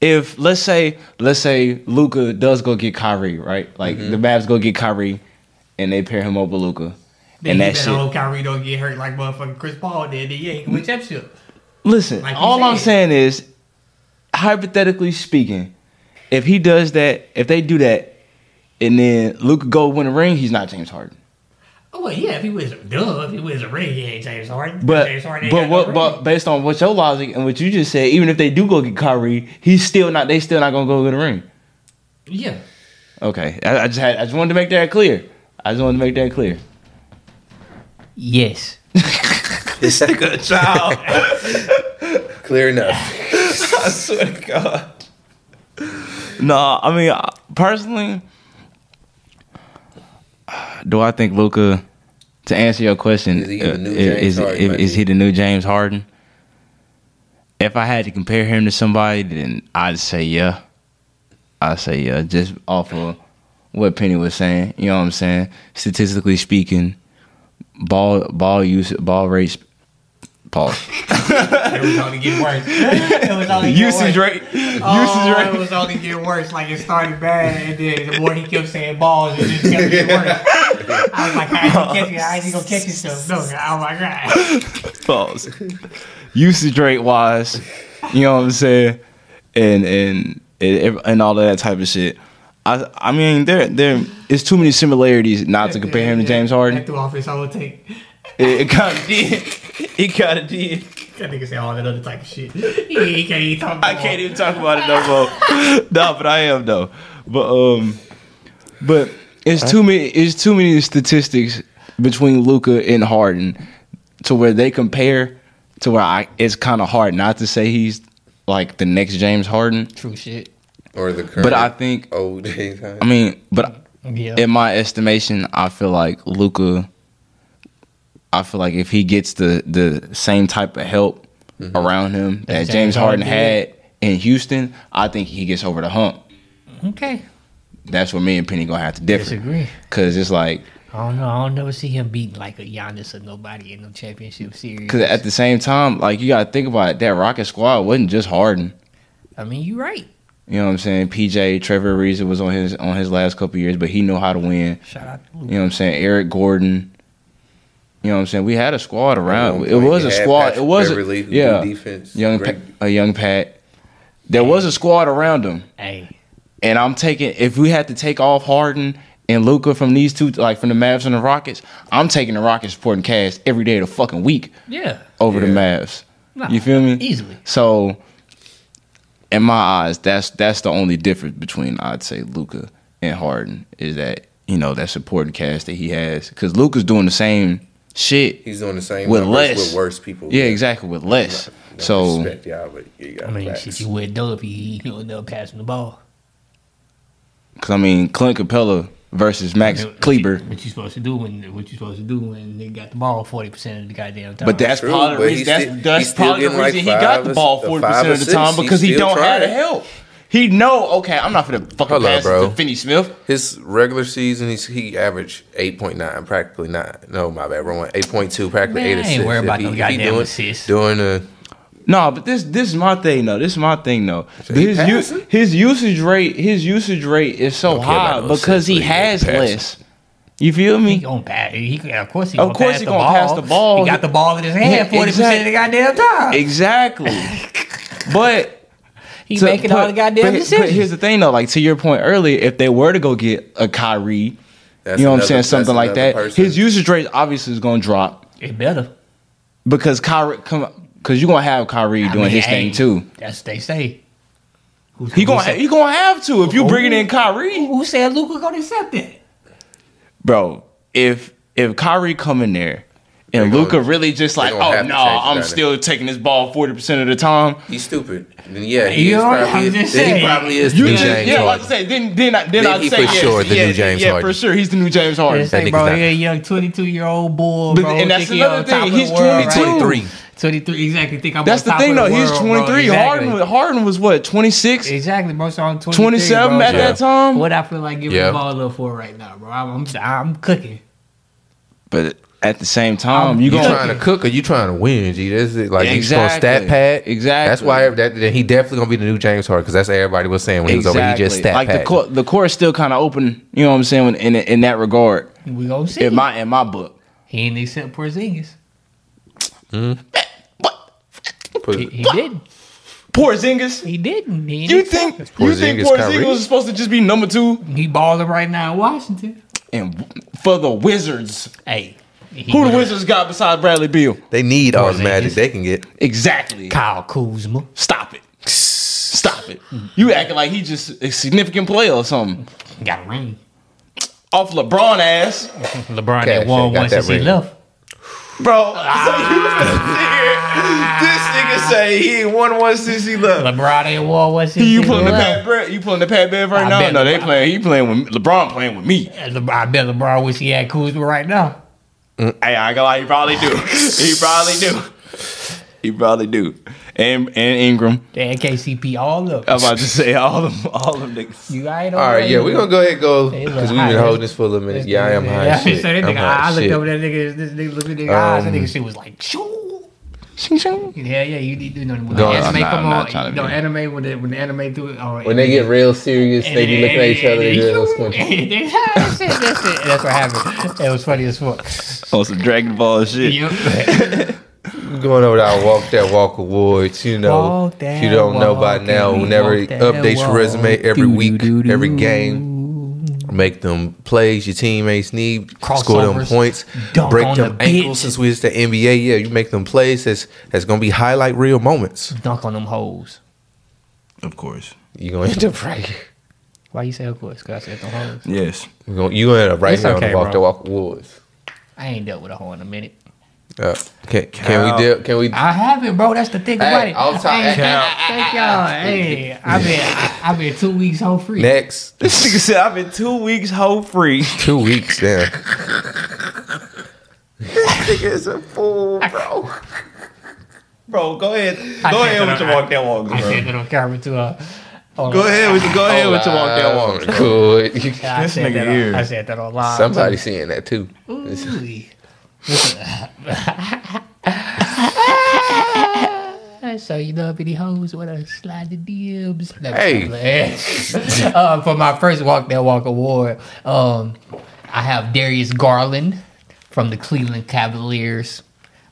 if let's say let's say Luca does go get Kyrie, right? Like Mm-hmm. the Mavs go get Kyrie, and they pair him up with Luca, Then and you that better shit. hope Kyrie don't get hurt like motherfucking Chris Paul did. Then yeah, he can win championship. Listen, Like you all I'm said. saying is, hypothetically speaking, if he does that, if they do that, and then Luca go win a ring, he's not James Harden. Oh well, yeah, if he wins a dub, if he wins a ring, he ain't James Harden. But James Harden ain't but got what no but ring. based on what your logic and what you just said, even if they do go get Kyrie, he's still not. They still not gonna go get a ring. yeah, Okay, I, I just had, I just wanted to make that clear. I just wanted to make that clear. yes. This nigga a child. Clear enough. I swear to God. No, I mean I- personally, do I think Luca? To answer your question, Is he the uh, new is, James Harden, is- my is he the new James Harden? If I had to compare him to somebody, then I'd say yeah. I'd say yeah, just off of what Penny was saying. You know what I'm saying? Statistically speaking, ball ball use ball rates, pause. It was only getting worse. It was only getting worse. usage rate. Oh, usage it rate. was only getting worse. Like it started bad, and then the more he kept saying balls, it just kept getting worse. I was like, how is he catching? How is he gonna catch himself? No, oh my god. Pause. usage rate wise, you know what I'm saying, and and and, and all of that type of shit. I I mean there there is too many similarities not to compare him to James That Harden. threw off his whole take. It, it kind of did. It kind of did. That nigga said all that other type of shit. He, he can't even talk. no I more. can't even talk about it no more. no, but I am though. But um, but it's too many. It's too many statistics between Luca and Harden to where they compare to where I. It's kind of hard not to say he's like the next James Harden. True shit. Or the current. But I think. old James Harden. I mean, but Yeah. in my estimation, I feel like Luca. I feel like if he gets the the same type of help around him that James, That Mm-hmm. James Harden Harden did. had in Houston, I think he gets over the hump. okay. that's where me and Penny gonna have to differ. Disagree. Cause it's like, I don't know. I don't never see him beating like a Giannis or nobody in the championship series. cause at the same time, like you gotta think about it. That Rocket squad wasn't just Harden. I mean, you're right. You know what I'm saying? PJ Trevor Ariza was on his on his last couple years, but he knew how to win. Shout out to You know what I'm saying? Eric Gordon. You know what I'm saying? We had a squad At around. one It point, was you a had squad. Patrick It was a, Beverly, who yeah, do defense. young great. Pat, a young Pat. There was a squad around him. Hey, And I'm taking if we had to take off Harden and Luca from these two, like from the Mavs and the Rockets, I'm taking the Rockets supporting cast every day of the fucking week yeah, over the Yeah. Mavs. Nah, you feel me? easily. So in my eyes, that's that's the only difference between I'd say Luca and Harden is that you know that supporting cast that he has because Luca's doing the same shit. he's doing the same With with less. with worse people. Yeah, exactly with less. Don't So respect y'all, but you got I mean, facts. shit, you would know if he he would know passing the ball. because I mean Clint Capella versus Max I mean, Kleber. What you supposed to do when what you supposed to do when they got the ball forty percent of the goddamn time. But that's True, probably the but reason. he's That's, still- that's he's still probably the reason getting like he got five the or ball s- forty five percent or of the six. time He's because he still don't have trying. the help. He know. Okay, I'm not finna fucking Hello, pass bro. it to Finney Smith. His regular season, he's, he averaged eight point nine, practically nine. No, my bad, wrong. Eight point two, practically Man, eight I ain't assists. worried If about no if goddamn doing, assists. Doing a No, but this this is my thing though. This is my thing though. he His u- passing? his usage rate his usage rate is so care about high no because he assist, but he has passing. less. You feel he me? gonna pass. He, can- of course he Of gonna, course pass, he the gonna ball. pass the ball. He got the ball in his hand Yeah, forty percent of the goddamn time. Exactly. but He to- making but- all the goddamn but, decisions. But here's the thing though, like to your point earlier, if they were to go get a Kyrie, That's you know what I'm another- saying, that's something like another that, person. his usage rate obviously is gonna drop. it better. because Kyrie, come, Cause you're gonna have Kyrie I doing mean, his hey, thing too. That's they say. Who, He who gonna said- ha- he gonna have to if you bringing in Kyrie, Who said Luca gonna accept it? bro. If if Kyrie come in there and gonna- Luca really just like, gonna oh have to no, change it, I'm don't they?" still taking this ball forty percent of the time. He's stupid. Then yeah, he You is know, probably, I'm just then saying. he probably is You the just- James yeah, I was Harden. about to say then then I, then Then I'd he say for yes. sure the yeah, new James yeah, for Harden. sure he's the new James Harden. That Say, nigga's bro, not- you're a young 22 year old boy, But- bro. and that's thinking you're another on top thing. of He's the world, 22. Right? 23. 23, exactly. Think I'm That's on the top thing of though. the he's world, bro. 23. Exactly. Harden was, Harden was what 26. Exactly, bro. So I'm 23, 27 bro. at So that time? What I feel like giving Yeah. the ball up for right now, bro. I'm, I'm, I'm cooking. But at the same time, I'm- you You gonna trying to cook or you trying to win? G, that's it. Like he's Exactly. going stat pad. Exactly. That's why that, then he definitely gonna be the new James Harden because that's what everybody was saying when he was over. He just stat like the pad. court, the court's still kind of open. You know what I'm saying? In in that regard, We gonna see. in my in my book, he didn't accept Porzingis. He, Put- he didn't. Porzingis. He didn't. He, You didn't. think you think Porzingis, Kyrie. Porzingis was supposed to just be number two he balling right now in Washington. and for the Wizards? Hey, he Who the would've- Wizards got besides Bradley Beal? They need all the Porzingis. magic they can get. Exactly. Kyle Kuzma. Stop it. Stop it. You acting like he just a significant player or something. Got a ring. Off LeBron ass. LeBron Cash had won ain't got once that since he ring. left. Bro, so you was here. This nigga say he ain't won one since he left. LeBron ain't won once since You he pulling the left. Pat Bev? You pulling the Pat Bev right I now? bet No, they LeBron- playing. He playing with LeBron playing with me. And LeBron, I bet LeBron wish he had Kuzma right now. Hey, I got like he probably do. he probably do. He probably do. And and Ingram. They had KCP all up. I'm about to say all them all them niggas. You ain't All right, yeah, we're gonna go ahead and go They look because we've high. been holding this for a little minute. Yeah, I am high. as shit. So that I'm nigga, high I, I as looked shit. Um, over that nigga. This nigga looked at nigga eyes. That nigga shit was like, shoo. Yeah, yeah, you need to do nothing when the Go- anime I'm not- come I'm not trying to on. be- No anime when the when the anime do it. oh, All right, When they get real serious, they be looking at each other. They do a little squinch. that's it. That's it. That's what happened. It was funny as fuck. On Oh, some Dragon Ball shit. Yep. going over to our Walk That Walk Awards. You know, Walk that if you don't know by walk, now, we whenever walk that updates your walk. resume every Doo, week, doo, doo, every doo. game, make them plays your teammates need, score them Crossovers, points, dunk break on them the ankles. bitch. Since we just the NBA, yeah, you make them plays. That's that's gonna be highlight real moments. Dunk on them hoes. Of course. You are gonna end up right. here. Why you say of course? Cause I said them hoes. Yes. You gonna you gonna end up right It's here on okay, the Walk bro. That Walk Awards. I ain't dealt with a hoe in a minute. Uh, can, can Cow. we deal? Can we? I haven't, bro. That's the thing Hey, about it. I'll talk- Hey, Cap. thank y'all. Hey, I've been I've been two weeks home free. Next This nigga said I've been two weeks hoe free. two weeks, damn. Bro, go ahead. I Go said ahead that with on- your walk that walk, I bro. said that on camera too. Uh, on- Go ahead with go ahead with your walk that walk. Oh, Good. I This said nigga that on- here. I said that on live. Somebody seeing that too. Ooh. so you know, if any hoes want to slide the DMs, No, Hey. I'm playing. uh, for my first walk that walk award, um, I have Darius Garland from the Cleveland Cavaliers.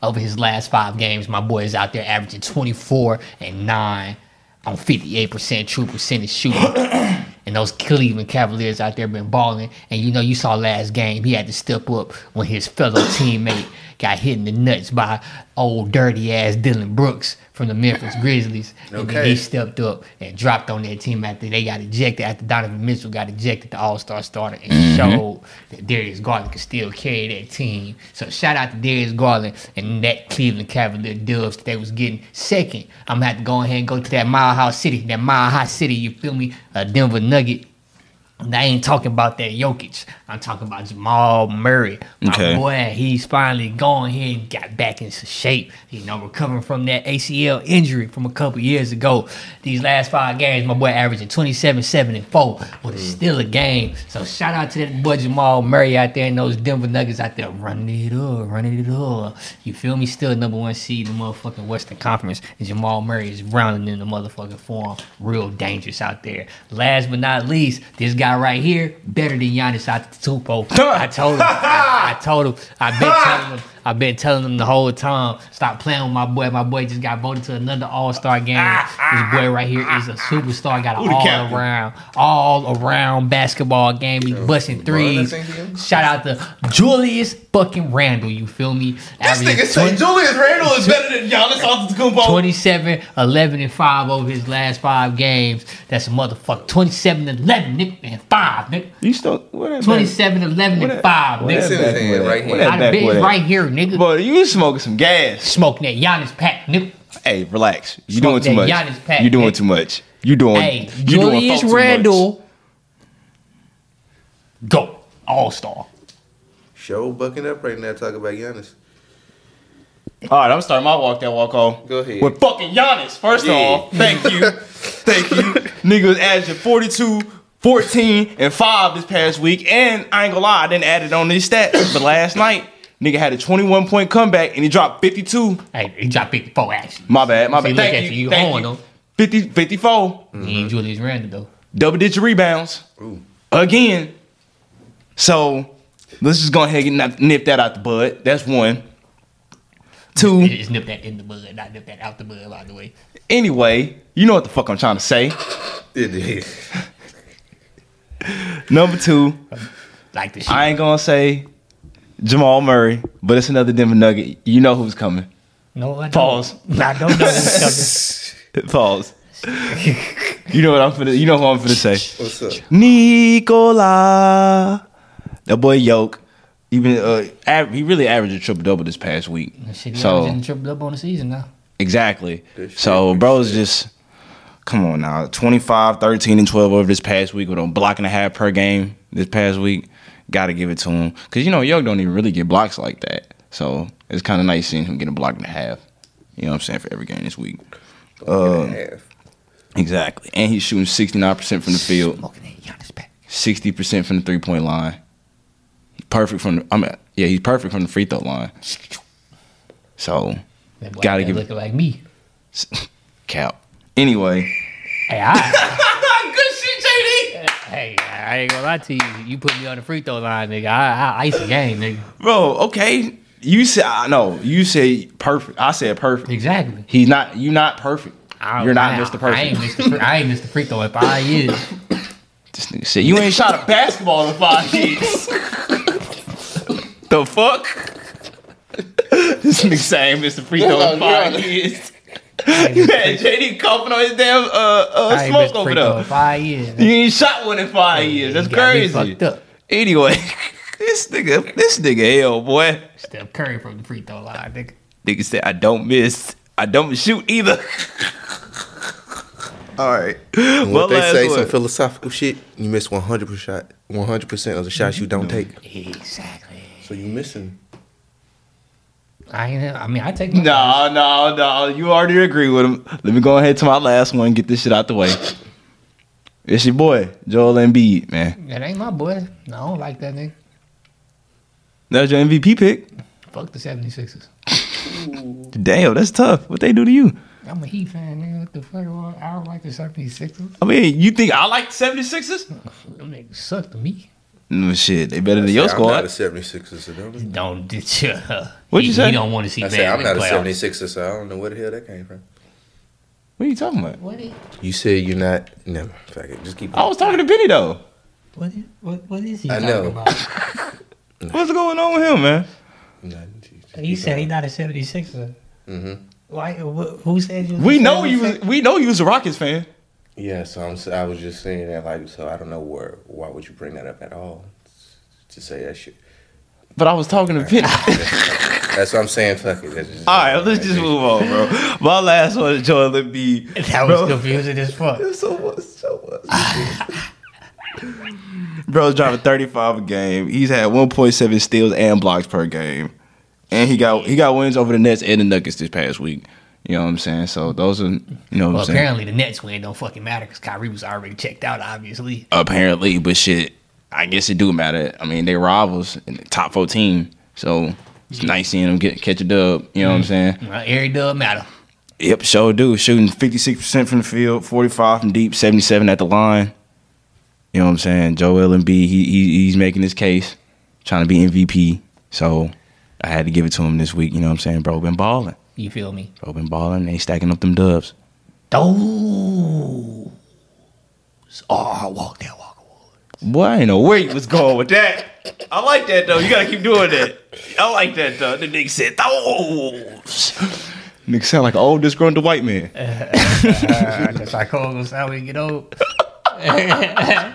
Over his last five games, my boy is out there averaging 24 and nine on 58% true percentage shooting and those Cleveland Cavaliers out there been balling. And you know, you saw last game he had to step up when his fellow teammate got hit in the nuts by old dirty ass Dylan Brooks from the Memphis Grizzlies. And then he stepped up and dropped on that team after they got ejected. After Donovan Mitchell got ejected, the All Star starter, and showed that Darius Garland could still carry that team. So shout out to Darius Garland and that Cleveland Cavalier Dubs that they was getting second. I'm gonna have to go ahead and go to that Mile High City, that Mile High City. You feel me? A Denver Nugget. And I ain't talking about that Jokic. I'm talking about Jamal Murray. My Okay. boy, he's finally gone here and got back into shape. You know, recovering from that ACL injury from a couple years ago. These last five games, my boy averaging 27, 7, and 4, but it's still a game. So shout out to that boy Jamal Murray out there and those Denver Nuggets out there running it up, running it up. You feel me? Still number one seed in the motherfucking Western Conference. And Jamal Murray is rounding in the motherfucking form. Real dangerous out there. Last but not least, this guy guy right here better than Giannis Antetokounmpo. I told him. I, I told him. I've been telling him. I've been telling him the whole time. Stop playing with my boy. My boy just got voted to another All Star game. This boy right here is a superstar. Got an all around, all around basketball game. He busting threes. Shout out to Julius fucking Randle. You feel me? This Averaging nigga say 20 Julius Randle is better than Giannis Antetokounmpo. 27, 11, and 5 over his last five games. That's a motherfucker. 27, 11, nigga, and 5, nigga. You still what that 27, 11, what and that- 5, what It's that in nigga. his back hand with it? right here. What that Out of back with bed it? right here, nigga. Boy, you smoking some gas. Smoking that Giannis pack, nigga. Hey, relax. You doing Smoke too that much. Giannis pack, You doing nigga. too much. You doing. Hey, you doing folk Julius too much. Randle, go. All star. Show bucking up right now. Talk about Giannis. All right, I'm starting my walk that walk off. Go ahead. With fucking Giannis, first Yeah. off. Thank you. Thank you. Nigga was averaging 42, 14, and 5 this past week. And I ain't gonna lie, I didn't add it on these stats. But last night, nigga had a 21 point comeback and he dropped 52. Hey, he dropped 54 action. My bad, my See, bad. look Thank at you. you, you Thank on you. Mm-hmm. 50, him. 54. He ain't Julius Randle, though. Double digit rebounds. Ooh. Again. So let's just go ahead and nip- nip that out the bud. That's one. Two. Just nip that in the bud, not nip that out the bud, by the way. Anyway, you know what the fuck I'm trying to say. It is. Number two, Like the shit. I ain't gonna say Jamal Murray, but it's another Denver Nugget. You know who's coming. no, I don't. Pause. I don't know what's coming. Pause. you know what I'm finna. You know who I'm finna say. What's up? Nicola, that boy Yoke. Even uh, av- he really averaged a triple double this past week. Shit, he So averaging triple double on the season now. Exactly. Good shit, So, good bro's just, come on now. 25, 13, and 12 over this past week with a block and a half per game this past week. Got to give it to him. Because, you know, Young don't even really get blocks like that. So, it's kind of nice seeing him get a block and a half. You know what I'm saying? For every game this week. Half. Exactly. And he's shooting 69% from the field, Smoking that Giannis pack. 60% from the three point line. Perfect from the, I mean, yeah, he's perfect from the free throw line. So, That boy Gotta ain't give- looking like me. cap. Anyway. Hey, I, Good shit, JD. hey, I ain't gonna lie to you. You put me on the free throw line, nigga. I, I ice the game, nigga. bro. Okay, you said I know. You said perfect. I said perfect. Exactly. He's not. You're not perfect. I, You're not Oh, I, Mr. I ain't Perfect. missed the, free- I ain't missed the free throw if I is. This nigga said you ain't shot a basketball in five years. the fuck? this nigga saying Mr. Free throw in five years. You had JD coughing on his damn uh, uh I ain't missed smoke the free over throw there. if I is. You ain't shot one in five years. That's You got me crazy. Fucked up. Anyway, this nigga, this nigga, hell boy. Steph Curry from the free throw line, nigga. Nigga said, I don't miss. I don't shoot either. All right. What Well, they last say one. some philosophical shit. You miss 100 percent, 100 percent of the shots you don't take. Exactly. So you missing? I ain't. I mean, I take. my- no, no, no. You already agree with him. Let me go ahead to my last one and get this shit out the way. It's your boy, Joel Embiid, man. That ain't my boy. No, I don't like that nigga. That's your MVP pick. Fuck the 76ers. Damn, that's tough. What they do to you? I'm a Heat fan, nigga. What the fuck? wrong? I don't like the 76ers. I mean, you think I like the 76ers? Them niggas suck to me. No, shit. They better than your Yeah, I'm not a squad. 76er, so don't. Don't did you? What'd he, you say? He don't want to see I man. said I'm not a playoffs. 76er, so I don't know where the hell that came from. What are you talking about? What is, You said you're not. Never. Fuck it. Just keep. I was talking to Benny, though. what is what what is he I talking know. about? What's going on with him, man? He said he's not a 76er. Mhm. Why? Wh- who said you? Was We a know you. Was, 76er? we know you was a Rockets fan. Yeah, so I'm. s- I was just saying that, like, so I don't know where. Why would you bring that up at all? To say that shit. But I was talking to Benny. That's what I'm saying. Fuck it. That's just- All right, let's just move on, bro. My last one is Joel Embiid. That was bro. confusing as fuck. So much, so much. Bro's driving 35 a game. He's had 1.7 steals and blocks per game. And he got he got wins over the Nets and the Nuggets this past week. You know what I'm saying? So those are you know what Well, I'm saying? apparently the Nets win don't fucking matter because Kyrie was already checked out. Obviously, Apparently, but shit, I guess it do matter. I mean, they rivals in the top four team. So it's nice seeing them get catch a dub. You know Mm. what I'm saying? well, every dub matter. Yep, sure do. Shooting 56% from the field, 45 from deep, 77 at the line. You know what I'm saying? Joel Embiid, he, he he's making his case, trying to be MVP. So I had to give it to him this week. You know what I'm saying? Bro, been balling. You feel me? Bro, been balling. They stacking up them dubs. Those are our walk that walk award. Boy, I ain't know where you was going with that. I like that though. You gotta keep doing that. I like that though. The nigga said those. Nigga sound like an old disgruntled white man. "Oh, That's how cold goes how we get old. Yeah,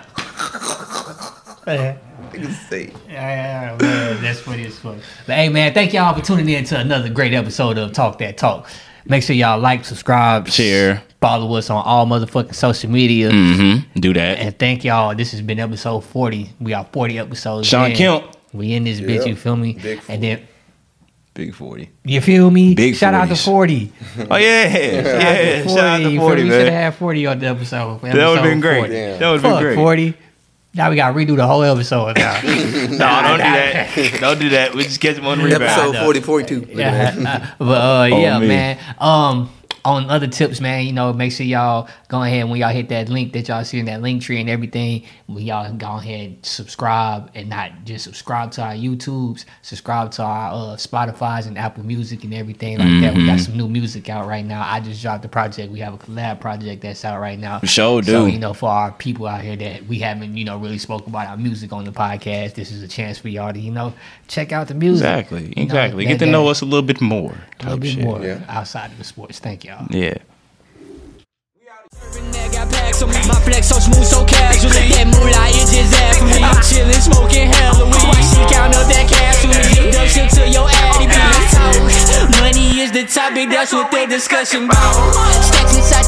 man, that's funny as fuck. But hey, man, thank y'all for tuning in to another great episode of Talk That Talk. Make sure y'all like, subscribe, Share. follow us on all motherfucking social media, Mm-hmm. Do that. and thank y'all. This has been episode forty. We are forty episodes. Sean in. Kemp. we in this bitch. Yeah. You feel me? Big and then Big 40. you feel me? Big Shout out to 40s. forty. Oh yeah. Yeah. Shout out You to feel 40, me? We should have man. had forty on the episode. for That would have episode been great. 40. Damn. That would have Fuck been great. forty. Now we got to redo the whole episode now. No, don't do that. Don't do that. We just catch him on rebound. Episode forty point two. Yeah, but uh, Oh, yeah, me. man. Um, on other tips, man, you know, make sure y'all go ahead when y'all hit that link that y'all see in that link tree and everything. When y'all go ahead and subscribe and not just subscribe to our YouTubes, subscribe to our uh, Spotify's and Apple Music and everything like that. We Mm-hmm. got some new music out right now. I just dropped a project. We have a collab project that's out right now. Sure So, do. you know, for our people out here that we haven't, you know, really spoke about our music on the podcast, this is a chance for y'all to, you know, check out the music. Exactly. You know, Exactly. that- Get to that- know us a little bit more. a little type bit shit. more yeah. outside of the sports. Thank y'all. Yeah. Urban that got packs on me. My flex so smooth, so casually. That moolah is just after me. I'm chillin', smoking hella weed. Why she count up that cash with me? Induction to your Addy B. Money is the topic, that's what they discussing about. Stacks inside